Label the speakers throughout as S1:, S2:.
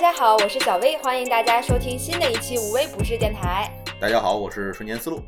S1: 家好，我是小薇，欢迎大家收听新的一期无微不至电台。
S2: 大家好，我是瞬间思路。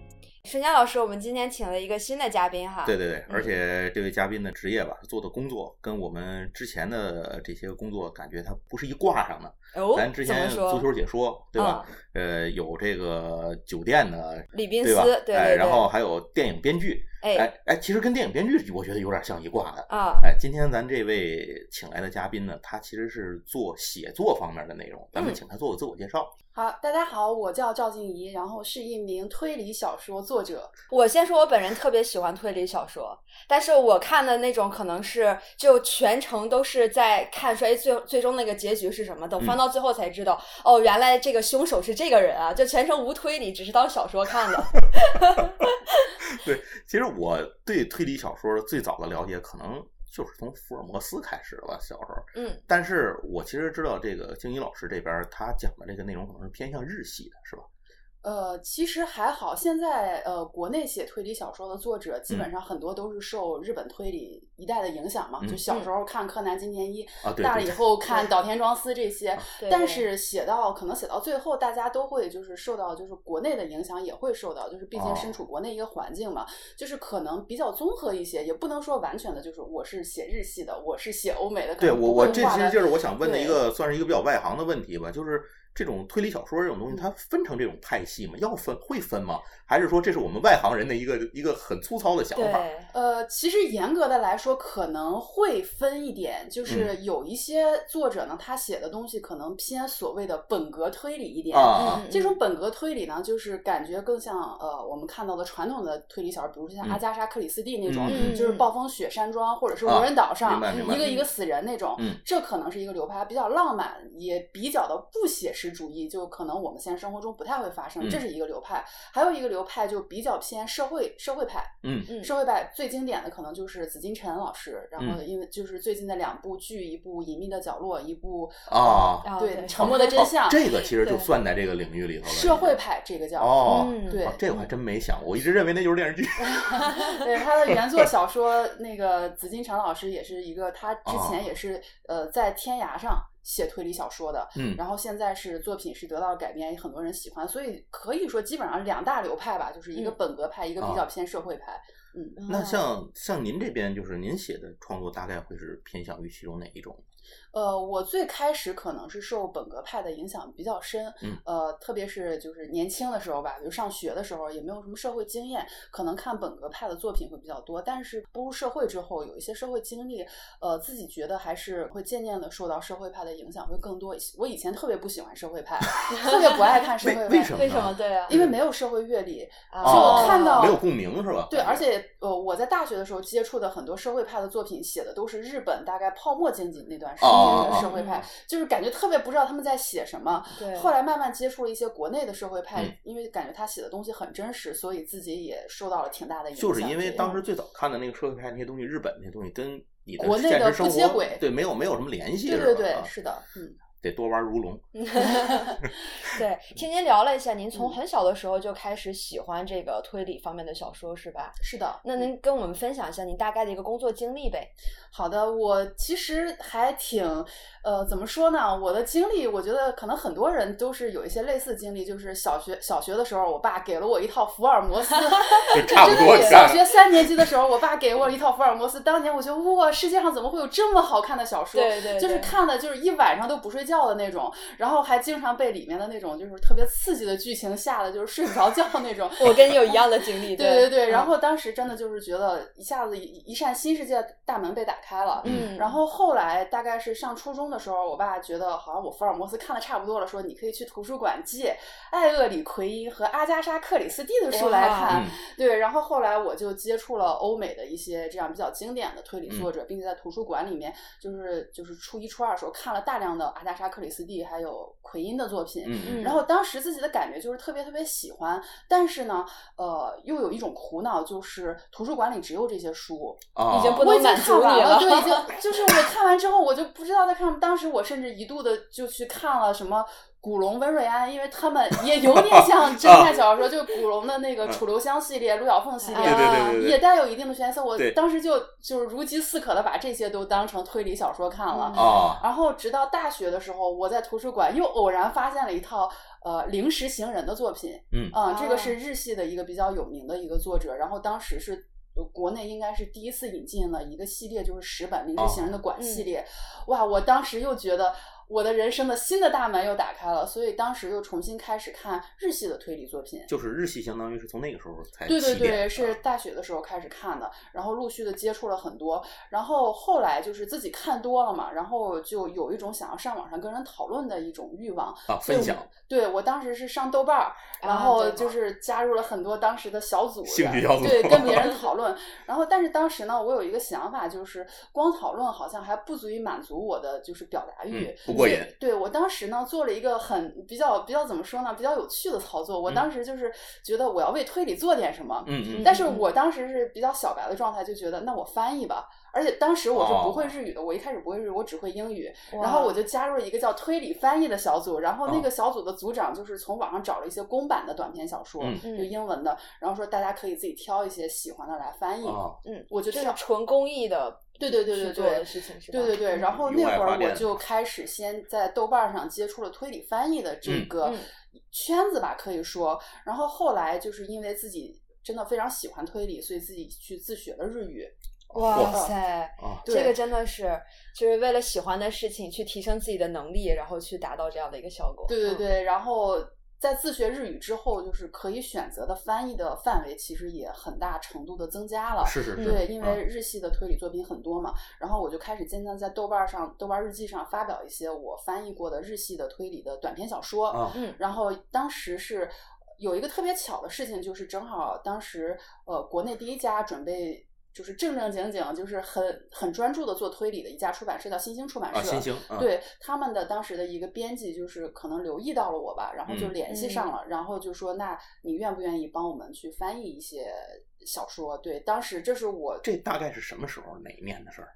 S1: 瞬间老师，我们今天请了一个新的嘉宾哈。
S2: 对对对，而且这位嘉宾的职业吧，做的工作跟我们之前的这些工作感觉它不是一挂上的。
S1: 哦，
S2: 咱之
S1: 怎么
S2: 前
S1: 说啊嗯
S2: 足球解说，对吧？呃，有这个酒店的，
S1: 李宾
S2: 对
S1: 斯
S2: 吧？，
S1: 对
S2: 哎，
S1: 对，
S2: 然后还有电影编剧，
S1: 哎
S2: 哎哎，其实跟电影编剧我觉得有点像一挂的。
S1: 啊，
S2: 哎，今天咱这位请来的嘉宾呢，他其实是做写作方面的内容，咱们
S1: 嗯
S2: 请他做个自我介绍。
S3: 好，大家好，我叫赵静怡，然后是一名推理小说作者。
S1: 我先说，我本人特别喜欢推理小说，但是我看的那种可能是就全程都是在看说，哎，最最终那个结局是什么？等
S2: 嗯
S1: 翻到最后才知道，哦，原来这个凶手是这个人啊！就全程无推理，只是当小说 看的。
S2: 其实我对推理小说最早的了解，可能就是从福尔摩斯开始的吧，小时候。
S1: 嗯，
S2: 但是我其实知道这个静怡老师这边他讲的这个内容可能是偏向日系的，是吧？
S3: 呃，其实还好，现在呃，国内写推理小说的作者基
S2: 嗯
S3: 本上很多都是受日本推理一代的影响嘛，
S2: 嗯
S3: 就小时候看柯南、金田一，
S2: 啊，对
S3: 大了
S2: 对
S3: 以
S2: 对，啊
S3: 后看岛田庄司这些。
S1: 对
S3: 但是写到可能写到最后，大家都会就是受到就是国内的影响，也会受到就是毕
S2: 哦
S3: 竟身处国内一个环境嘛，就是可能比较综合一些，也不能说完全的就是我是写日系的，我是写欧美的。可
S2: 对
S3: 能
S2: 我
S3: 不
S2: 我
S3: 会
S2: 这
S3: 画
S2: 其
S3: 得
S2: 实就是我想问的一
S3: 对
S2: 个，算是一个比较外行的问题吧，就是这种推理小说这种东
S3: 嗯
S2: 西，它分成这种派系吗？要分会分吗？还是说这是我们外行人的一个一个很粗糙的想
S1: 对
S2: 法？
S3: 呃，其实严格的来说，可能会分一点，
S2: 嗯
S3: 就是有一些作者呢，他写的东西可能偏所谓的本格推理一点。
S2: 啊
S1: 嗯
S3: 这种本格推理呢，就是感觉更像呃我们看到的传统的推理小说，比如像
S2: 嗯
S3: 阿加莎·克里斯蒂那种，
S2: 嗯
S3: 就是
S1: 嗯
S3: 暴风雪山庄或者是
S2: 啊
S3: 无人岛上、
S2: 明白明白
S3: 一个一个死人那种。
S2: 嗯
S3: 这可能是一个流派，比较浪漫，也比较的不写实主义，就可能我们现实生活中不太会发生，
S2: 嗯
S3: 这是一个流派。还有一个流派就比较偏社会社会派。
S2: 嗯
S1: 嗯
S3: 社会派最经典的可能就是紫金陈老师，然后
S2: 嗯
S3: 因为就是最近的两部剧，一部《隐秘的角落》，一部
S2: 啊，
S1: 啊
S3: 对
S1: 对
S3: 《沉默的真相
S2: 哦》这个其实就
S1: 对
S2: 算在这个领域里头了。
S3: 社会派这个叫
S2: 哦，
S1: 嗯
S3: 对
S2: 哦这我还真没想过，我一直认为那就是电视剧。
S3: 对他的原作小说，那个紫金陈老师也是一个，他之
S2: 哦
S3: 前也是、呃在天涯上写推理小说的，
S2: 嗯
S3: 然后现在是作品是得到了改编，也很多人喜欢，所以可以说基本上两大流派吧，就是一个
S1: 嗯
S3: 本格派，一个比
S2: 啊
S3: 较偏社会派。嗯，
S2: 那像像您这边，就是您写的创作，大概会是偏向于其中哪一种？
S3: 呃，我最开始可能是受本格派的影响比较深，
S2: 嗯
S3: 呃，特别是就是年轻的时候吧，比如上学的时候也没有什么社会经验，可能看本格派的作品会比较多。但是步入社会之后，有一些社会经历，呃，自己觉得还是会渐渐的受到社会派的影响会更多一些。我以前特别不喜欢社会派， 特别不爱看社
S2: 为
S3: 会
S2: 为
S3: 派
S2: 什，么
S1: 为
S2: 呢
S1: 什么对啊？
S3: 因为没有社会阅历，
S1: 啊
S3: 就我看到
S2: 没有共鸣是吧？
S3: 对，而且呃，我在大学的时候接触的很多社会派的作品，写的都是日本大概泡沫经济那段时
S2: 哦哦
S3: 间
S2: 哦
S3: 的社会派，就是感觉特别不知道他们在写什么。
S1: 对
S3: 后来慢慢接触了一些国内的社会派，
S2: 嗯
S3: 因为感觉他写的东西很真实，所以自己也受到了挺大的影响。
S2: 就是因为
S3: 这样
S2: 当时最早看的那个社会派那些东西，日本那些东西跟你的
S3: 国内
S2: 现
S3: 的
S2: 实生
S3: 不接
S2: 活
S3: 轨
S2: 对没有没有什么联系，
S3: 对
S2: 是
S3: 对
S2: 吧
S3: 对，
S2: 啊
S3: 是的，嗯，
S2: 得多玩如龙。
S1: 对，听您聊了一下，您从
S3: 嗯
S1: 很小的时候就开始喜欢这个推理方面的小说是吧？
S3: 是的。
S1: 那
S3: 嗯
S1: 您跟我们分享一下您大概的一个工作经历呗？
S3: 好的，我其实还挺，呃，怎么说呢？我的经历，我觉得可能很多人都是有一些类似经历，就是小学小学的时候，我爸给了我一套福 尔摩斯
S2: 就，差不
S3: 真的
S2: 多
S3: 也
S2: 你看
S3: 小学三年级的时候，我爸给我了一套福尔摩斯。当年我觉得，哇，世界上怎么会有这么好看的小说？
S1: 对
S3: 就是看的，就是一晚上都不睡觉的那种，然后还经常被里面的那种就是特别刺激的剧情吓得就是睡不着觉那 种。
S1: 我跟你有一样的经 历，
S3: 对对对，
S1: 嗯
S3: 然后当时真的就是觉得一下子一一扇新世界的大门被打开了，
S1: 嗯，
S3: 然后后来大概是上初中的时候，我爸觉得好像我福尔摩斯看的差不多了，说你可以去图书馆借艾厄里奎因和阿加莎·克里斯蒂的书来
S1: 哇
S3: 看
S2: 嗯。
S3: 对，然后后来我就接触了欧美的一些这样比较经典的推理作者，并且在图书馆里面，就是就是初一初二的时候看了大量的阿加莎·克里斯蒂还有奎因的作品。
S2: 嗯嗯
S1: 嗯
S3: 然后当时自己的感觉就是特别特别喜欢，但是呢，呃，又有一种苦恼，就是图书馆里只有这些书，
S2: 啊，
S1: 已经不
S3: 我
S1: 能
S3: 已经
S1: 满足
S3: 看
S1: 你
S3: 完
S1: 了
S3: 对， 已经就是我看完之后，我就不知道在看什么。当时我甚至一度的就去看了什么古龙、温瑞安，因为他们也有 点像侦探小说，就是古龙的那个
S2: 嗯
S3: 楚留香系列、陆小凤
S1: 嗯
S3: 系
S2: 对
S3: 列，
S2: 对对对对，
S3: 也带有一定的悬疑色。我
S2: 对
S3: 当时就就是如饥似渴的把这些都当成推理小说看
S1: 嗯
S3: 了。
S2: 啊，
S3: 然后直到大学的时候，我在图书馆又偶然发现了一套呃《零食行人》的作品，
S2: 嗯
S3: 啊、这个
S1: 哦
S3: 是日系的一个比较有名的一个作者，然后当时是。呃国内应该是第一次引进了一个系列，就是十本《零食行人的馆》
S1: 嗯
S3: 系列。哇，我当时又觉得我的人生的新的大门又打开了，所以当时又重新开始看日系的推理作品。
S2: 就是日系，相当于是从那个时候才
S3: 对对
S2: 起点啊
S3: 对，
S2: 的
S3: 是大学的时候开始看的，然后陆续的接触了很多，然后后来就是自己看多了嘛，然后就有一种想要上网上跟人讨论的一种欲望。
S2: 啊，
S3: 所
S2: 分
S3: 以我
S2: 享
S3: 对我当时是上豆瓣儿，然
S1: 啊
S3: 后
S1: 豆
S3: 就
S1: 瓣
S3: 是加入了很多当时的小组，
S2: 兴趣
S3: 然
S2: 小组
S3: 对，跟 别人讨论。然后，但是当时呢，我有一个想法，就是光讨论好像还不足以满足我的就是表达欲，
S2: 嗯不过瘾
S3: 所以对我当时呢，做了一个很比较比较怎么说呢，比较有趣的操作。我
S2: 嗯
S3: 当时就是觉得我要为推理做点什么，
S2: 嗯嗯
S3: 但是我当时是比较小白的状态，就觉得那我翻译吧。而且当时我是不会
S2: 哦
S3: 日语的，我一开始不会日语，我只会英语。
S1: 哇
S3: 然后我就加入了一个叫推理翻译的小组，然后那
S2: 嗯
S3: 个小组的组长就是从网上找了一些公版的短篇小说，
S2: 嗯
S1: 嗯
S3: 就英文的，然后说大家可以自己挑一些喜欢的来翻译。
S2: 啊，
S1: 嗯，
S3: 我就
S1: 就
S3: 挑，
S1: 是纯公益的，
S3: 对对对对
S1: 去做
S3: 对
S1: 的。事情是吧？嗯
S3: 对对对，然后
S2: 有
S3: 那
S2: 嗯爱
S3: 会
S2: 发
S3: 儿我
S2: 电
S3: 就开始先在豆瓣上接触了推理翻译的这
S2: 嗯
S3: 个
S1: 嗯
S3: 圈子吧，可以说。然后后来就是因为自己真的非常喜欢推理，所以自己去自学了日语。
S1: 哇塞，
S2: 啊，
S3: 对
S1: 这个真的是就是为了喜欢的事情去提升自己的能力，然后去达到这样的一个效果。
S3: 对对
S1: 嗯，
S3: 对，然后在自学日语之后，就是可以选择的翻译的范围其实也很大程度的增加了。
S2: 是是是，
S3: 对，因
S2: 嗯
S3: 为日系的推理作品很多嘛，然后我就开始渐渐在豆瓣上、豆瓣日记上发表一些我翻译过的日系的推理的短篇小说。
S2: 啊
S1: 嗯
S3: 然后当时是有一个特别巧的事情，就是正好当时呃国内第一家准备。就是正正经经，就是很很专注的做推理的一家出版社，叫新兴出版社。
S2: 啊，新兴，嗯，
S3: 对他们的当时的一个编辑，就是可能留意到了我吧，然后就
S2: 嗯
S3: 联系上了，然后就说：“那你愿不愿意帮我们去翻译一些小说？”对，当时这是我，
S2: 这大概是什么时候哪一年的事儿？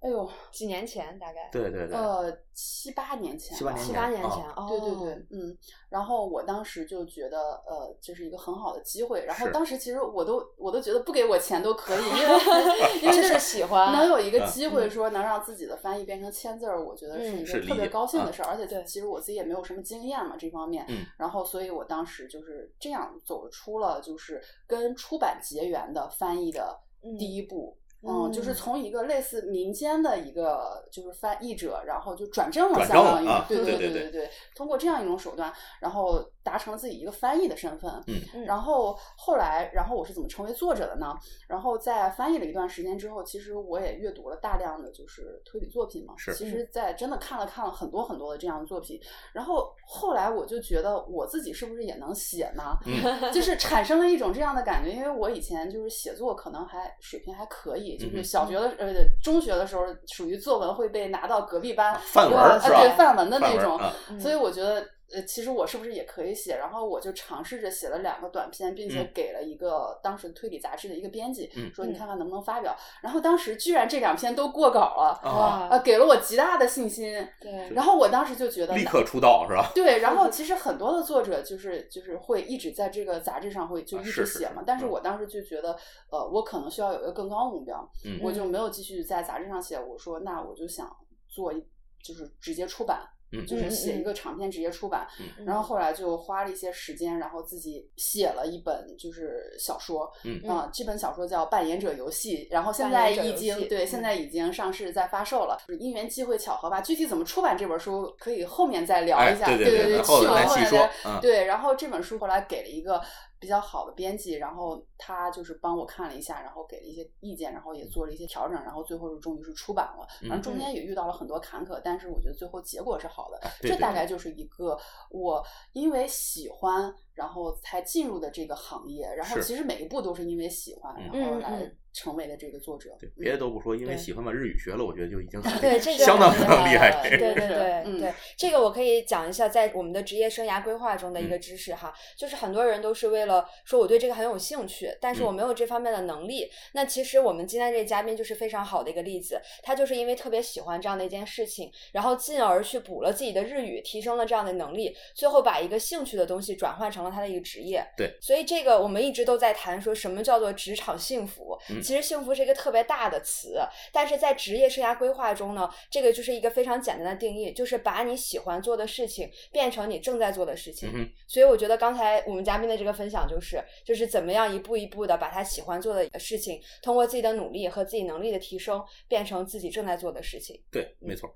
S3: 哎呦，
S1: 几年前大概
S2: 对对对，
S3: 呃，七八年前吧，
S2: 七八年
S1: 七
S2: 前
S1: 八年
S2: 啊
S1: 前，哦，
S3: 对对对，，嗯，然后我当时就觉得，呃，这是一个很好的机会。然后
S2: 是
S3: 当时其实我都我都觉得不给我钱都 可以，因为因为
S1: 就
S3: 这
S1: 是喜欢
S3: 能有一个机会
S1: 嗯
S3: 说能让自己的翻译变成千字儿，我觉得是一
S1: 嗯
S2: 是
S3: 个
S2: 理
S3: 特别
S2: 解
S3: 高兴
S2: 啊
S3: 的事儿。而且
S1: 对
S3: 其实我自己也没有什么经验嘛这方面
S2: 嗯，
S3: 然后所以我当时就是这样走出了就是跟出版结缘的翻译的第一步。嗯，就是
S1: 嗯
S3: 从一个类似民间的一个就是翻译者，然后就转正了，
S2: 转
S3: 相
S2: 正了
S3: 当于、
S2: 啊
S3: 对
S2: 对对
S3: 对对对，通过这样一种手段，然后达成了自己一个翻译的身份。
S1: 嗯
S3: 然后后来，然后我是怎么成为作者的呢？然后在翻译了一段时间之后，其实我也阅读了大量的就是推理作品嘛。
S2: 是
S3: 其实，在真的看了看了很多很多的这样的作品，然后后来我就觉得我自己是不是也能写呢？
S2: 嗯
S3: 就是产生了一种这样的感觉，因为我以前就是写作可能还水平还可以，就
S2: 嗯
S3: 是
S2: 哼
S3: 小学的呃中学的时候属于作文会被拿到隔壁班
S2: 范文
S3: 啊
S2: 儿是吧？
S3: 对范文的
S2: 范
S3: 那
S2: 文
S3: 种，
S2: 儿啊
S1: 嗯
S3: 所以我觉得，呃，其实我是不是也可以写？然后我就尝试着写了两个短篇，并且
S2: 嗯
S3: 给了一个当时的推理杂志的一个编辑，
S2: 嗯
S3: 说你
S1: 嗯
S3: 看看能不能发表。然后当时居然这两篇都过稿了，
S2: 啊，
S3: 呃，给了我极大的信心。
S1: 对，
S3: 然后我当时就觉得，
S2: 立刻出道是吧？
S3: 对，然后其实很多的作者就是就是会一直在这个杂志上会就
S2: 啊
S3: 一直
S2: 是是
S3: 写
S2: 是
S3: 嘛，但是
S2: 嗯
S3: 我当时就觉得，呃，我可能需要有一个更高的目标，
S2: 嗯
S3: 我就没有继续在杂志上写。我说那我就想做一就是直接出版，
S2: 嗯
S3: 就是写
S1: 嗯
S3: 一
S1: 嗯
S3: 个长篇直接出版。
S1: 嗯
S3: 然后后来就花了一些时间，然后自己写了一本就是小说，
S2: 嗯
S3: 啊、这本小说叫《扮演者游戏》，然后现在
S1: 扮演者
S3: 已
S1: 游
S3: 经
S1: 戏
S3: 对，
S1: 嗯
S3: 现在已经上市在发售了，就是因缘际会巧合吧。具体怎么出版这本书，可以后面再聊
S2: 哎
S3: 一下，
S2: 对对
S3: 对
S2: 对
S3: 对，
S2: 后
S3: 去
S2: 面再
S3: 后
S2: 细
S3: 面
S2: 说
S3: 再
S2: 嗯
S3: 对。然后这本书后来给了一个比较好的编辑，然后他就是帮我看了一下，然后给了一些意见，然后
S2: 嗯
S3: 也做了一些调整，然后最后是终于是出版了。反正中间也遇到了很多坎坷，但是我觉得最后结果是好的。
S2: 啊对
S3: 这
S2: 对
S3: 大
S2: 对
S3: 概就是一个我因为喜欢然后才进入的这个行业。然后
S2: 是
S3: 其实每一步都是因为喜欢，
S2: 嗯
S3: 然后
S1: 嗯
S3: 来
S1: 嗯
S3: 成为了这个作者。
S2: 对，啊别的都不说，因为
S1: 对
S2: 喜欢把日语学了，我觉得就已经很
S1: 对 这个
S2: 相当
S1: 很
S2: 非常厉害
S3: 厉
S1: 对
S3: 害
S1: 对对
S3: 是
S1: 对
S3: 嗯
S1: 对，这个我可以讲一下，在我们的职业生涯规划中的一个
S2: 嗯
S1: 知识哈，就是很多人都是为了说我对这个很有兴趣，但
S2: 嗯
S1: 是我没有这方面的能力。那其实我们今天这个嘉宾就是非常好的一个例子，他就是因为特别喜欢这样的一件事情，然后进而去补了自己的日语，提升了这样的能力，最后把一个兴趣的东西转换成了他的一个职业。
S2: 对，
S1: 所以这个我们一直都在谈说什么叫做职场幸福，
S2: 嗯
S1: 其实幸福是一个特别大的词，但是在职业生涯规划中呢，这个就是一个非常简单的定义，就是把你喜欢做的事情变成你正在做的事情。
S2: 嗯哼
S1: 所以我觉得刚才我们嘉宾的这个分享就是，就是怎么样一步一步的把他喜欢做的呃事情，通过自己的努力和自己能力的提升，变成自己正在做的事情。
S2: 对，没错。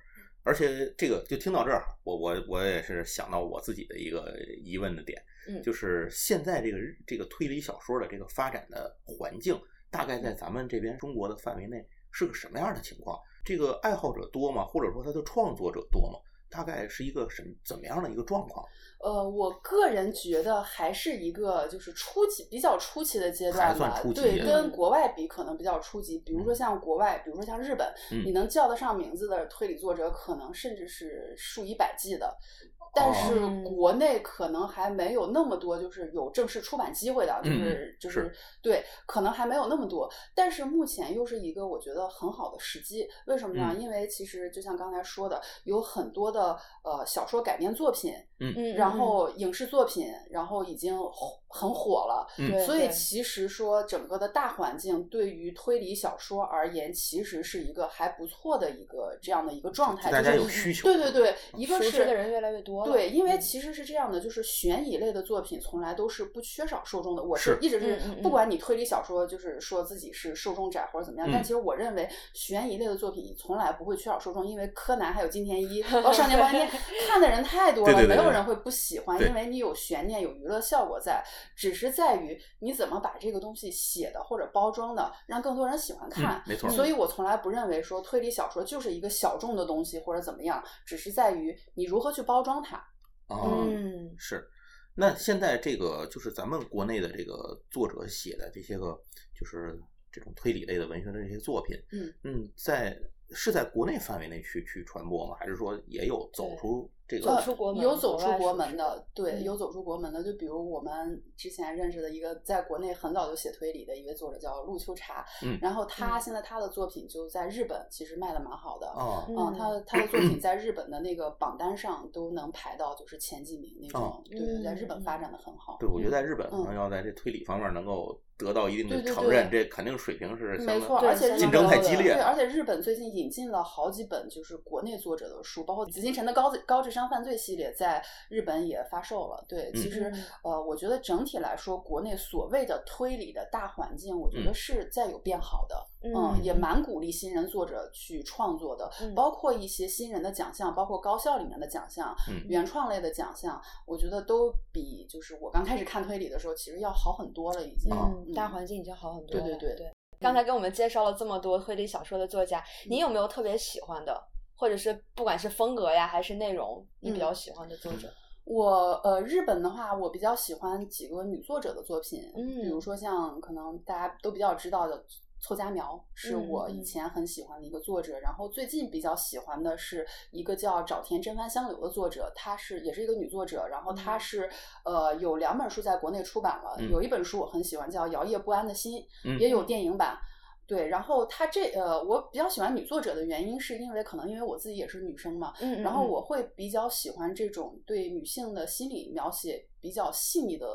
S2: 而且这个就听到这儿，我我我也是想到我自己的一个疑问的点，
S1: 嗯
S2: 就是现在这个日这个推理小说的这个发展的环境，大概在咱们这边中国的范围内是个什么样的情况？这个爱好者多吗？或者说他的创作者多吗？大概是一个什么怎么样的一个状况？
S3: 呃，我个人觉得还是一个就是初级比较初期的阶
S2: 还
S3: 段
S2: 算
S3: 吧
S2: 初，嗯级
S3: 对，
S2: 阶
S3: 跟
S1: 段
S3: 国外比可能比较初级。比如说像国外，比如说像日本，
S2: 嗯
S3: 你能叫得上名字的推理作者，可能甚至是数以百计的。
S2: 哦
S3: 但是
S1: 嗯
S3: 国内可能还没有那么多，就是有正式出版机会的，就
S2: 嗯
S3: 是就是是对，可能还没有那么多。但是目前又是一个我觉得很好的时机，为什么
S2: 嗯
S3: 呢？因为其实就像刚才说的，有很多的呃小说改编作品，
S1: 嗯，
S3: 然后影视作品，然后已经火很火了。
S2: 嗯
S1: 对
S3: 所以
S1: 对
S3: 其实说整个的大环境对于推理小说而言，其实是一个还不错的一个这样的一个状态，
S2: 就大
S3: 就是
S2: 家有
S3: 一
S2: 需求
S3: 对对对，一
S1: 嗯
S3: 个
S1: 熟
S3: 是
S1: 知的人越来越多了
S3: 对，因为
S1: 嗯
S3: 其实是这样的，就是悬疑类的作品从来都是不缺少受众的。我
S2: 是
S3: 一直是
S1: 嗯嗯嗯
S3: 不管你推理小说就是说自己是受众窄或者怎么样，
S2: 嗯
S3: 但其实我认为悬疑类的作品从来不会缺少受众，因为柯南还有金 田一，然后少年包青天看的人太多了，
S2: 对对对
S3: 没有
S2: 对
S3: 人会不喜欢，
S2: 对
S3: 因为你有悬念，有娱乐效果在，只是在于你怎么把这个东西写的或者包装的让更多人喜欢看。
S2: 嗯，没错。
S3: 所以我从来不认为说推理小说就是一个小众的东西或者怎么样，只是在于你如何去包装它。
S2: 啊，
S1: 嗯，
S2: 是。那现在这个就是咱们国内的这个作者写的这些个，就是这种推理类的文学的这些作品，
S3: 嗯
S2: 在是在国内范围内去去传播吗？还是说也有走
S1: 对
S2: 出这
S1: 走
S2: 个
S1: 出国门
S3: 有走
S1: 国
S3: 出
S1: 外
S3: 国
S1: 是
S3: 门的，对，
S1: 嗯
S3: 有走出国门的。就比如我们之前认识的一个在国内很早就写推理的一位作者叫陆秋茶，
S2: 嗯
S3: 然后他
S1: 嗯
S3: 现在他的作品就在日本其实卖的蛮好的。
S2: 啊？
S1: 嗯
S3: 嗯，他的他的作品在日本的那个榜单上都能排到就是前几名那
S2: 哦
S3: 种，对对，在日本
S1: 嗯
S3: 发展的很好。
S2: 对，我觉得在日本可能
S3: 嗯
S2: 要在这推理方面能够得到一定的
S3: 对对
S2: 承认，
S3: 对
S2: 这肯定水平是相
S3: 没
S2: 当
S3: 错，
S1: 对
S3: 而且日
S1: 竞
S3: 本
S1: 争太
S3: 的
S1: 激
S2: 烈
S3: 对，
S2: 了
S3: 而且日本最近引进了好几本就是国内作者的书，包括紫金陈的高智高智商犯罪系列在日本也发售了。对，其实、
S1: 嗯
S3: 呃，我觉得整体来说，国内所谓的推理的大环境，我觉得
S2: 嗯
S3: 是在有变好的。嗯，
S1: 嗯，
S3: 也蛮鼓励新人作者去创作的，
S1: 嗯
S3: 包括一些新人的奖项，包括高校里面的奖项，
S2: 嗯
S3: 原创类的奖项，我觉得都比就是我刚开始看推理的时候，其实要好很多了，已经。
S2: 啊
S1: 嗯，大环境已经好很多
S3: 哦对
S1: 了。
S3: 对对嗯
S1: 刚才给我们介绍了这么多推理小说的作家，你有没有特别喜欢的，或者是不管是风格呀，还是内容，你
S3: 嗯
S1: 比较喜欢的作者？
S3: 我呃，日本的话，我比较喜欢几个女作者的作品，
S1: 嗯
S3: 比如说像可能大家都比较知道的凑佳苗，是
S1: 嗯
S3: 我
S1: 嗯
S3: 以前很喜欢的一个作者。然后最近比较喜欢的是一个叫沼田真帆香流的作者，她是也是一个女作者，然后她
S1: 嗯
S3: 是、呃有两本书在国内出版了，
S2: 嗯
S3: 有一本书我很喜欢，叫《摇曳不安的心》，
S2: 嗯
S3: 也有电影版。对，然后她这呃，我比较喜欢女作者的原因，是因为可能因为我自己也是女生嘛，
S1: 嗯，嗯
S3: 然后
S1: 嗯
S3: 我会比较喜欢这种对女性的心理描写比较细腻的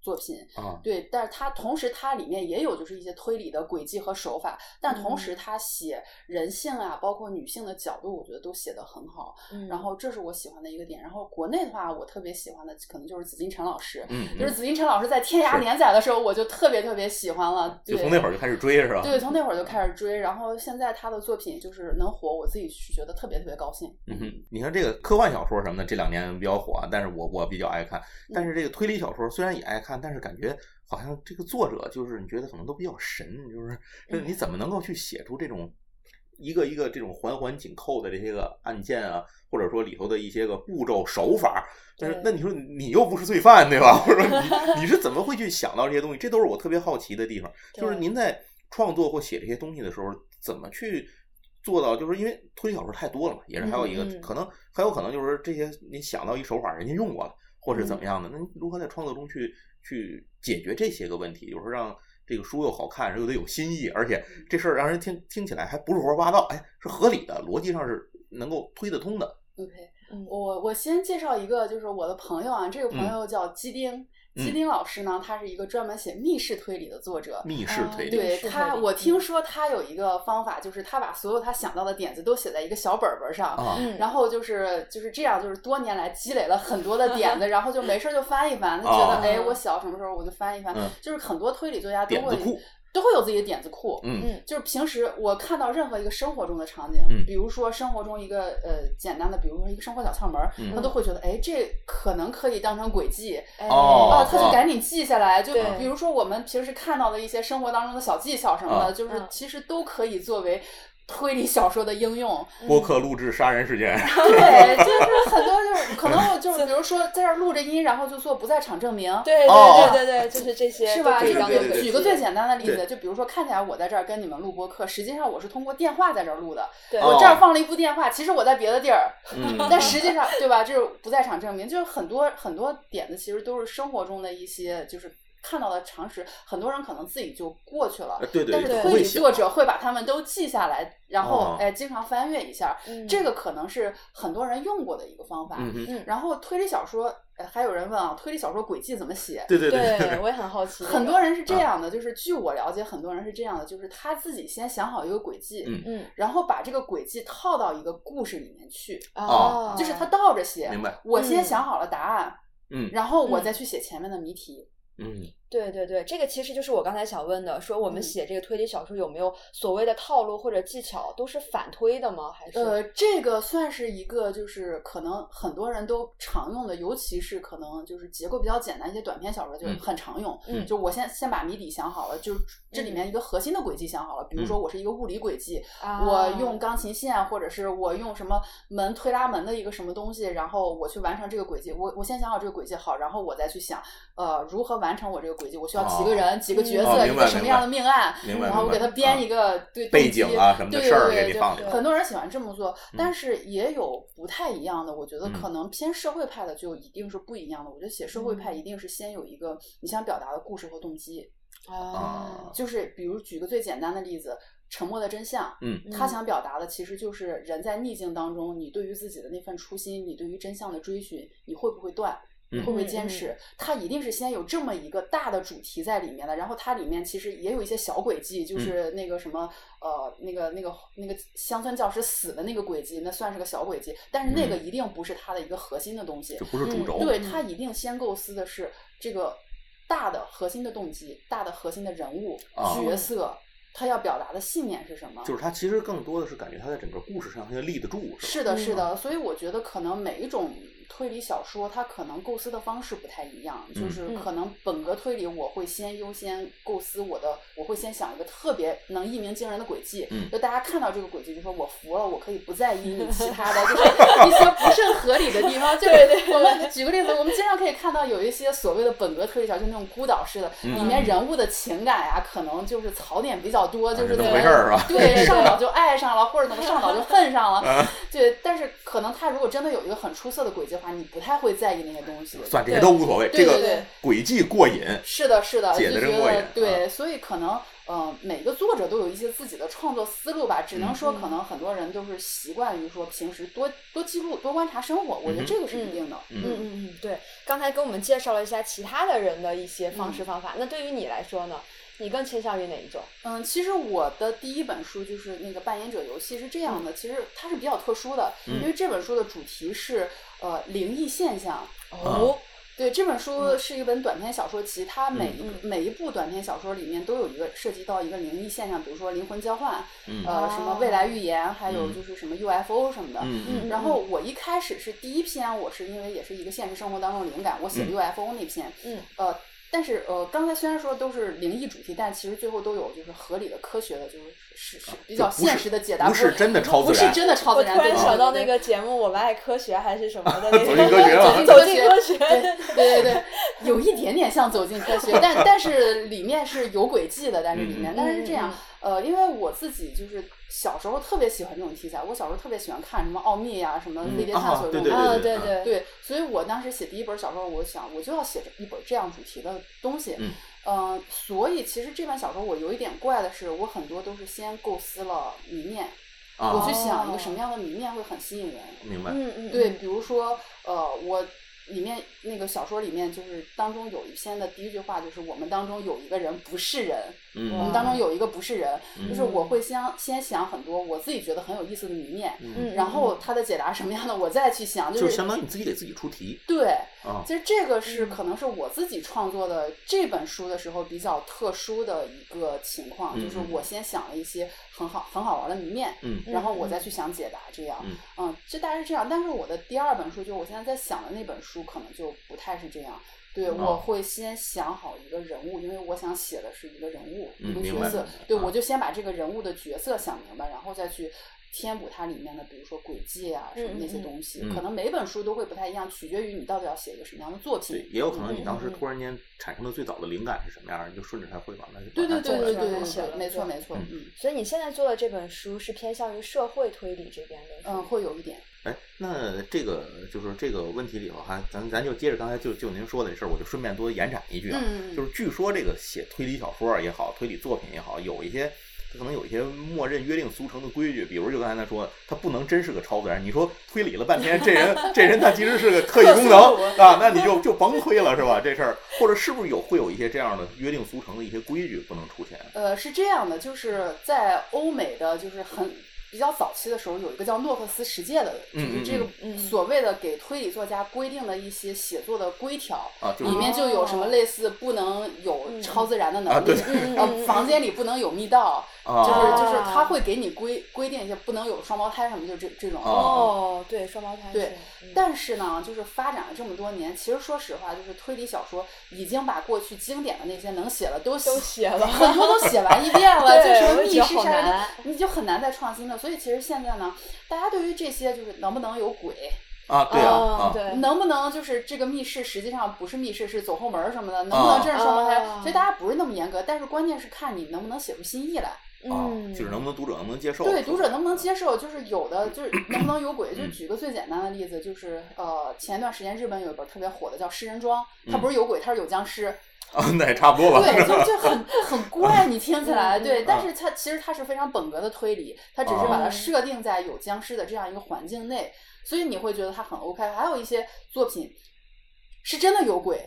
S3: 作品。
S2: 啊，
S3: 对，但是它同时它里面也有就是一些推理的轨迹和手法，但同
S1: 嗯
S3: 时它写人性啊，包括女性的角度，我觉得都写得很好。
S1: 嗯
S3: 然后这是我喜欢的一个点。然后国内的话，我特别喜欢的可能就是紫金陈老师，
S2: 嗯，
S3: 就
S2: 嗯
S3: 是紫金陈老师在《天涯》
S2: 是
S3: 连载的时候，我就特别特别喜欢了。
S2: 就
S3: 对，
S2: 从那会儿就开始追是吧？
S3: 对，从那会儿就开始追，然后现在他的作品就是能火，我自己是觉得特别特别高兴。
S2: 嗯哼，你看这个科幻小说什么的，这两年比较火啊，但是我我比较爱看。但是这个推理小说虽然也爱看，但是感觉好像这个作者就是你觉得可能都比较神，就是就是你怎么能够去写出这种一个一个这种环环紧扣的这些个案件啊，或者说里头的一些个步骤手法，但是
S1: 对
S2: 那你说你又不是罪犯对吧？ 或者说你你是怎么会去想到这些东西？这都是我特别好奇的地方。就是
S1: 对
S2: 您在创作或写这些东西的时候，怎么去做到？就是因为推理小说太多了嘛，也是还有一个、
S1: 嗯嗯
S2: 可能，很有可能就是这些你想到一手法，人家用过了，或是怎么样的？那你如何在创作中去去解决这些个问题？有时候让这个书又好看，又得有新意，而且这事儿让人听听起来还不是胡说八道，哎，是合理的，逻辑上是能够推得通的。
S3: OK，
S1: 嗯
S3: 我我先介绍一个，就是我的朋友啊，这个朋
S2: 嗯
S3: 友叫基丁。基丁老师呢，他是一个专门写密室推理的作者。
S2: 密室
S1: 啊
S2: 推理，嗯
S3: 对
S1: 密室
S3: 他，
S1: 推理
S3: 我听说他有一个方法，就是他把所有他想到的点子都写在一个小本本上，
S2: 啊，
S1: 嗯，
S3: 然后就是就是这样，就是多年来积累了很多的 点子，然后就没事儿就翻一翻，他觉得
S2: 哦
S3: 哎，我小什么时候我就翻一翻
S2: 嗯，
S3: 就是很多推理作家都
S2: 点
S3: 会
S2: 子库，
S3: 都会有自己的点子库，
S2: 嗯
S1: 嗯
S3: 就是平时我看到任何一个生活中的场景，
S2: 嗯
S3: 比如说生活中一个呃简单的，比如说一个生活小窍门儿，
S2: 嗯
S3: 他都会觉得，哎，这可能可以当成轨迹，
S1: 哎
S2: 哦
S3: 啊，他就赶紧记下来。就
S1: 对
S3: 比如说我们平时看到的一些生活当中的小技巧什么
S2: 啊
S3: 的，就是
S1: 嗯
S3: 其实都可以作为推理小说的应 用。
S1: 嗯
S2: 播客录制杀人事件，
S3: 对， 就是很多就是可能 我就是比如说在这儿录着音，然后就做不在场证明。
S1: 对
S2: 哦
S1: 对对对对，就是这些
S3: 是吧？
S1: 都
S3: 就
S1: 可以
S3: 是
S1: 当
S2: 对
S1: 做
S2: 对对
S1: 轨
S3: 举个
S1: 迹
S3: 最简单的例
S2: 对
S3: 子，就比如说，看起来我在这儿跟你们录播课，实际上我是通过电话在这儿录的，
S1: 对
S2: 哦
S3: 我这儿放了一部电话，其实我在别的 地儿，
S2: 嗯，
S3: 但实际上对吧？就是不在场证明，就是很多很多点子，其实都是生活中的一些就是看到的常识，很多人可能自己就过去了
S2: 呃。对对
S3: 但是
S2: 对，
S3: 推
S2: 会
S3: 理
S2: 想
S3: 作者会把他们都记下来，然后
S2: 哦
S3: 哎经常翻阅一下，
S1: 嗯
S3: 这个可能是很多人用过的一个方法。
S2: 嗯哼，
S1: 嗯，
S3: 然后推理小说，呃还有人问啊，推理小说轨迹怎么写？
S2: 对对对，嗯
S1: 对，我也很好奇这个，
S3: 很多人是这样的，就是据我了解，很多人是这样的，就是他自己先想好一个轨迹，
S2: 嗯
S1: 嗯
S3: 然后把这个轨迹套到一个故事里面去，
S2: 哦
S3: 就是他倒着写。
S2: 明白，
S3: 我先
S1: 嗯
S3: 想好了答案，
S2: 嗯
S3: 然后我再去写前面的谜题。
S2: 嗯。
S1: 对对对，这个其实就是我刚才想问的，说我们
S3: 嗯
S1: 写这个推理小说有没有所谓的套路或者技巧，都是反推的吗？还是
S3: 呃，这个算是一个，就是可能很多人都常用的，尤其是可能就是结构比较简单一些短篇小说就
S2: 嗯
S3: 很常用。
S1: 嗯
S3: 就我先先把谜底想好了，就是这里面一个核心的轨迹想好了，
S2: 嗯
S3: 比如说我是一个物理轨迹，
S1: 啊
S3: 我用钢琴线，或者是我用什么门推拉门的一个什么东西，然后我去完成这个轨迹。我我先想好这个轨迹好，然后我再去想，呃，如何完成我这个轨迹。我需要几个人、几个角
S1: 哦
S3: 色、
S2: 明
S3: 一
S2: 白
S3: 个什么样的命案，
S2: 明白
S3: 然后我
S2: 明白
S3: 给他编一个对
S2: 背景啊什么的事儿给你放
S3: 里
S2: 进
S1: 来
S3: 很多人喜欢这么做，
S2: 嗯
S3: 但是也有不太一样的。我觉得
S2: 嗯
S3: 可能偏社会派的就一定是不一样的。我觉得写社会派一定是先有一个你想表达的故事和动机，
S1: 啊
S2: 啊，
S3: 就是比如举个最简单的例子，《沉默的真相》。
S2: 嗯
S3: 他
S1: 嗯
S3: 想表达的其实就是人在逆境当中，你对于自己的那份初心，你对于真相的追寻，你会不会断？你
S2: 嗯
S3: 会不会
S1: 嗯
S3: 坚持？它一定是先有这么一个大的主题在里面的，然后它里面其实也有一些小轨迹，
S2: 嗯
S3: 就是那个什么呃，那个那个那个乡村教师死的那个轨迹，那算是个小轨迹，但是那
S2: 嗯
S3: 个一定不是它的一个核心的东西
S2: 这。不是主轴，
S3: 对，
S1: 嗯
S3: 它一定先构思的是这个大的核心的动机、大的核心的人物、
S2: 啊
S3: 角色，他要表达的信念是什么？
S2: 就是它其实更多的是感觉它在整个故事上它要立得住，吧
S3: 是的，是
S1: 嗯
S3: 的，所以我觉得可能每一种推理小说，它可能构思的方式不太一样。就
S2: 嗯
S3: 是
S1: 嗯
S3: 可能本格推理，我会先优先构思我的，我会先想一个特别能一鸣惊人的轨迹。
S2: 嗯
S3: 就大家看到这个轨迹，就说我服了，我可以不在意你其他 的，就是一些不甚合理的地方。就是
S1: 对对对
S3: 我们举个例子，我们经常可以看到有一些所谓的本格推理小说，就那种孤岛式的，
S2: 嗯
S3: 里面人物的情感呀、可能就是槽点比较多，就
S2: 啊
S3: 是
S2: 这
S3: 怎
S2: 么
S3: 么
S2: 回事儿是吧？
S3: 对，上岛就爱上了，或者怎么上岛就恨上了。对，但是可能他如果真的有一个很出色的轨迹的话，你不太会在意那些东西。
S2: 算这些
S1: 对
S2: 都无所谓，这
S3: 对对
S2: 个
S3: 对
S2: 轨迹过瘾，
S3: 是的，是的，就
S2: 解得
S3: 觉
S2: 真过瘾啊
S3: 得对，所以可能呃，每个作者都有一些自己的创作思路吧。只能说，可能很多人都是习惯于说平时多多记录、多观察生活，我觉得这个是一定的。
S2: 嗯
S1: 嗯嗯嗯，对，刚才给我们介绍了一下其他的人的一些方式方法，那对于你来说呢，你更倾向于哪一种？
S3: 嗯，其实我的第一本书就是那个扮演者游戏是这样的，其实它是比较特殊的，
S2: 嗯
S3: 因为这本书的主题是呃灵异现象。
S1: 哦，
S3: 对，这本书
S1: 嗯
S3: 是一本短篇小说集，它每一个、
S1: 嗯
S3: 每一部短篇小说里面都有一个涉及到一个灵异现象，比如说灵魂交换，
S2: 嗯
S3: 呃，什么未来预言，还有
S2: 嗯
S3: 就是什么 UFO 什么的。
S2: 嗯嗯
S1: 嗯
S3: 然后我一开始是第一篇，我是因为也是一个现实生活当中灵感，我写
S2: 嗯
S3: UFO 那篇，
S1: 嗯
S3: 呃，但是呃，刚才虽然说都是灵异主题，但其实最后都有就是合理的、科学的，就是是是比较
S2: 啊就不是
S3: 现实的解答，
S2: 不是真的超自
S3: 不是
S2: 然
S3: 真的超
S1: 我
S3: 自
S1: 突
S3: 然。
S1: 然
S3: 哦对
S1: 想到
S3: 对
S1: 那
S3: 对
S1: 个节目《我们爱科学》还是什么的那个
S2: 走进科 学啊
S1: 走进科学。
S3: 对 对对对，有一点点像走进科学，但但是里面是有轨迹的，但是里面
S1: 嗯
S3: 但是这样，呃，因为我自己就是小时候特别喜欢这种题材，我小时候特别喜欢看什么奥秘呀、什么
S2: 嗯
S3: 飞碟探
S2: 啊
S3: 索，这
S2: 对对
S3: 种东西。
S1: 啊
S2: 对
S1: 对对
S3: 对，所以我当时写第一本小说，我想我就要写一本这样主题的东西。
S2: 嗯
S3: 呃，所以其实这本小说我有一点怪的是，我很多都是先构思了谜面，我
S2: 啊
S3: 去想一
S1: 哦
S3: 个什么样的谜面会很吸引人。
S2: 明白，
S1: 嗯嗯，
S3: 对，比如说，呃，我里面那个小说里面就是当中有一篇的第一句话就是我们当中有一个人不是人，
S2: 嗯，
S3: 我们当中有一个不是人，就是
S1: 嗯
S3: 我会先先想很多我自己觉得很有意思的谜面，
S2: 嗯，
S1: 嗯，
S3: 然后他的解答什么样的，我再去想，
S2: 就是
S3: 是
S2: 相当于你自己给自己出题
S3: 对，
S2: 啊，
S3: 其实这个是
S1: 嗯
S3: 可能是我自己创作的这本书的时候比较特殊的一个情况，
S2: 嗯
S3: 就是
S2: 嗯
S3: 我先想了一些很好很好玩的谜面，
S2: 嗯
S3: 然后我再去想解答，这样，
S2: 嗯
S3: 嗯这大概是这样。但是我的第二本书，就我现在在想的那本书，可能就不太是这样。对，
S2: 哦
S3: 我会先想好一个人物，因为我想写的是一个人物，
S2: 嗯
S3: 一个
S2: 明
S3: 角
S2: 白
S3: 色
S2: 明白。
S3: 对，
S2: 啊
S3: 我就先把这个人物的角色想明白，然后再去填补它里面的，比如说轨迹啊什么那
S1: 嗯
S3: 些
S1: 嗯嗯
S3: 东西。
S2: 嗯
S3: 可能每本书都会不太一样，取决于你到底要写一个什么样的作品
S2: 对，。也有可能
S1: 嗯
S2: 你
S1: 嗯
S2: 当时
S1: 嗯
S2: 突然间产生的最早的灵感是什么样儿，你就顺着它会往那去
S3: 对
S2: 把
S3: 对
S2: 它
S3: 对
S2: 走
S3: 对
S2: 下
S3: 对
S2: 去
S1: 嗯
S3: 对，
S1: 嗯
S3: 没错
S1: 嗯
S3: 没错，
S2: 嗯
S3: 嗯
S1: 所以你现在做的这本书是偏向于社会推理这边的，
S3: 嗯，会有一点。
S2: 哎，那这个就是这个问题里头还咱咱就接着刚才就就您说的事儿，我就顺便多延展一句啊，
S3: 嗯
S2: 就是据说这个写推理小说儿也好，推理作品也好，有一些。可能有一些默认约定俗成的规矩，比如就刚才他说，他不能真是个超自然。你说推理了半天，这人这人他其实是个特异功能啊，那你就就甭推了是吧？这事儿或者是不是有会有一些这样的约定俗成的一些规矩不能出现？
S3: 呃，是这样的，就是在欧美的就是很比较早期的时候，有一个叫诺克斯实践的，就
S2: 嗯嗯
S3: 是这
S1: 嗯
S3: 个所谓的给推理作家规定的一些写作的规条，
S2: 啊，就是
S3: 里面就有什么
S1: 哦
S3: 类似不能有
S1: 嗯
S3: 超自然的
S2: 啊
S3: 能
S2: 对
S3: 力，
S1: 嗯嗯嗯
S3: 呃，房间里不能有密道，
S2: 啊，
S3: 就是就是
S1: 啊
S3: 他会给你规规定一些不能有双胞胎什么，就这这种。
S2: 哦
S1: 哦，对，双胞胎是，
S3: 对
S1: 嗯，
S3: 但是呢，就是发展了这么多年，其实说实话，就是推理小说已经把过去经典的那些能写的都
S1: 都写了，
S3: 很多都写完一 遍了，就
S1: 对
S3: 什么
S1: 我
S3: 密
S1: 觉得
S3: 室
S1: 好
S3: 杀人
S1: 难
S3: 的，你就很难再创新了。所以其实现在呢，大家对于这些就是能不能有鬼，
S2: 啊，对啊，
S3: 哦
S1: 嗯
S2: 啊，
S1: 对，
S3: 能不能就是这个密室实际上不是密室，是走后门儿什么的，能不能真是双胞胎
S1: 啊？
S3: 所以大家不是那么严格，但是关键是看你能不能写出新意来，
S2: 啊，
S1: 嗯，
S2: 就是能不能读者能不能接受？
S3: 对读者能不能接受。就是有的就是能不能有鬼，就
S2: 嗯
S3: 举个最简单的例子，就是呃前段时间日本有一本特别火的叫《食人庄》，它
S2: 嗯
S3: 不是有鬼，它是有僵尸。
S2: 啊，那也差不多吧。
S3: 对，就就很很怪，你听起来
S1: 嗯
S3: 对，
S1: 嗯哦
S3: 但是它其实它是非常本格的推理，它只是把它设定在有僵尸的这样一个环境内，所以你会觉得它很 OK。还有一些作品是真的有鬼。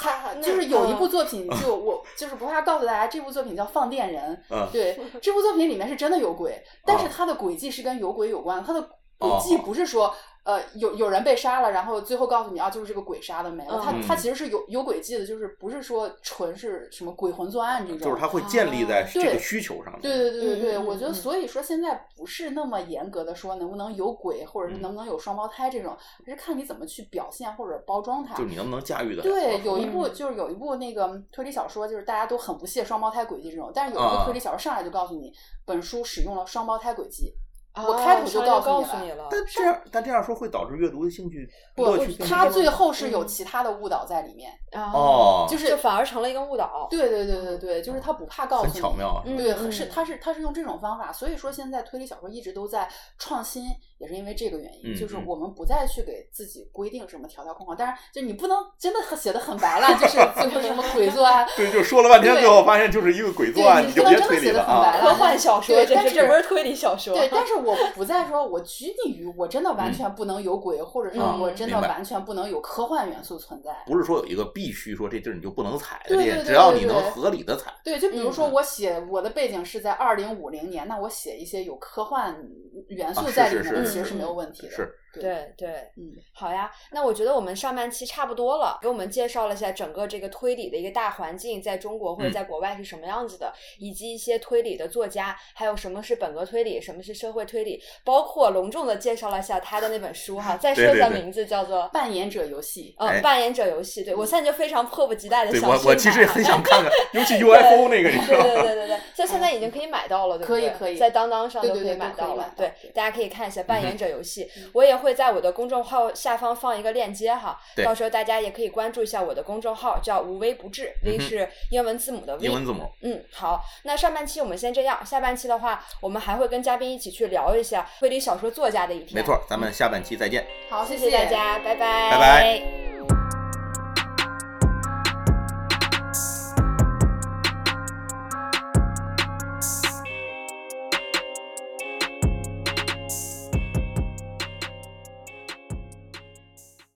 S3: 它
S1: 那
S3: 就是有一
S1: 嗯
S3: 部作品就，我就是不怕告诉大家，这部作品叫《放电人
S2: 嗯》。
S3: 对，这部作品里面是真的有鬼，但是
S2: 嗯
S3: 它的轨迹是跟有鬼有关的，它的
S2: 哦
S3: 轨迹不是说呃有有人被杀了，然后最后告诉你啊就是这个鬼杀的没了，它
S2: 嗯
S3: 它其实是有有轨迹的，就是不是说纯是什么鬼魂作案这种，
S2: 就是它会建立在这个
S3: 啊对
S2: 需求上面。
S3: 对对对对对，
S1: 嗯嗯嗯
S3: 我觉得
S1: 嗯
S3: 所以说现在不是那么严格的说能不能有鬼，或者是
S2: 嗯
S3: 能不能有双胞胎这种，而是看你怎么去表现或者包装它。
S2: 就是你能不能驾驭啊的了。
S3: 对，有一部
S1: 嗯
S3: 就是有一部那个推理小说，就是大家都很不屑双胞胎轨迹这种，但是有一
S2: 啊
S3: 部推理小说上来就告诉你，本书使用了双胞胎轨迹。
S1: 哦
S3: 我开头就
S1: 上来
S3: 告
S1: 告
S3: 诉你
S1: 诉
S3: 了
S1: 你了，
S2: 但这样，但这样说会导致阅读的兴趣
S3: 不
S2: 乐趣，变低
S3: 它
S2: 吗
S3: 最后是有
S1: 嗯
S3: 其他的误导在里面。
S1: 哦，
S2: 哦，
S3: 就是是
S1: 就反而成了一个误导，
S3: 对对对对对，就是他不怕告诉
S2: 很
S3: 你，
S2: 巧妙啊。
S1: 嗯
S3: 对，
S1: 嗯
S3: 是他是他是用这种方法，所以说现在推理小说一直都在创新，也是因为这个原因，
S2: 嗯
S3: 就是
S2: 嗯。
S3: 我们不再去给自己规定什么条条框框，当然就是你不能真的很写的很白了，就是最后什么鬼作啊案
S2: 对，就说了半天，
S3: 对
S2: 最后发现就是一个鬼作案，
S3: 对你
S2: 就
S3: 不
S2: 别
S3: 能真的
S2: 推理
S3: 写得很
S2: 啊
S3: 白。
S1: 科幻小说，
S3: 对
S1: 这
S3: 但
S1: 是
S3: 是
S1: 这不是推理小说，
S3: 对，但是我不再说我拘泥于我真的完全不能有鬼，或者是
S1: 嗯
S3: 我真的
S2: 嗯明白
S3: 完全不能有科幻元素存在。
S2: 不是说有一个必须说这地儿你就不能踩的
S3: 对对
S2: 点，
S3: 对
S2: 只要
S3: 对
S2: 你能
S3: 对
S2: 合理的踩，
S3: 对，就比如说
S2: 嗯
S3: 我写我的背景是在二零五零年，那我写一些有科幻元
S2: 啊
S3: 素
S2: 是
S3: 在
S2: 是
S3: 里面，
S2: 是嗯
S3: 其实
S1: 是
S3: 是没有问题的。
S2: 是
S1: 对对，
S3: 嗯，
S1: 好呀，那我觉得我们上半期差不多了，给我们介绍了一下整个这个推理的一个大环境，在中国或者
S2: 嗯
S1: 在国外是什么样子的，以及一些推理的作家，还有什么是本格推理，什么是社会推理，包括隆重的介绍了一下他的那本书 哈，再说
S2: 对
S1: 一
S2: 对
S1: 下
S2: 对
S1: 名字叫做《
S3: 扮演者游戏，
S1: 嗯、
S2: 哎
S1: 扮演者游戏》。对我现在就非常迫不及待的
S2: 对
S1: 想
S2: 我
S1: 去
S3: 啊
S2: 我其实也
S1: 买
S2: 很想看 看，尤其 UFO 那个，你知
S1: 对
S2: 道
S1: 对
S2: 吗？
S1: 对对对，就现在已经可以买到了，对不
S3: 可以
S1: 对？
S3: 可以
S1: 在当当上
S3: 对
S1: 都
S3: 对
S1: 可以
S3: 对
S1: 买
S3: 都可以
S1: 到
S3: 买
S1: 了
S3: 到。
S1: 对
S3: 对，
S1: 大家可以看一下扮演者游戏
S3: 嗯。
S1: 我也会在我的公众号下方放一个链接哈，
S2: 对
S1: 到时候大家也可以关注一下我的公众号，叫无微不至
S2: 嗯
S1: ，V
S2: 哼
S1: 是英文字母的 V
S2: 英。文字母，
S1: 嗯，好，那上半期我们先这样，下半期的话，我们还会跟嘉宾一起去聊一下推理小说作家的一天。
S2: 没错，，咱们下半期再见。
S3: 好，
S1: 谢
S3: 谢
S1: 大家，拜拜，
S2: 拜拜。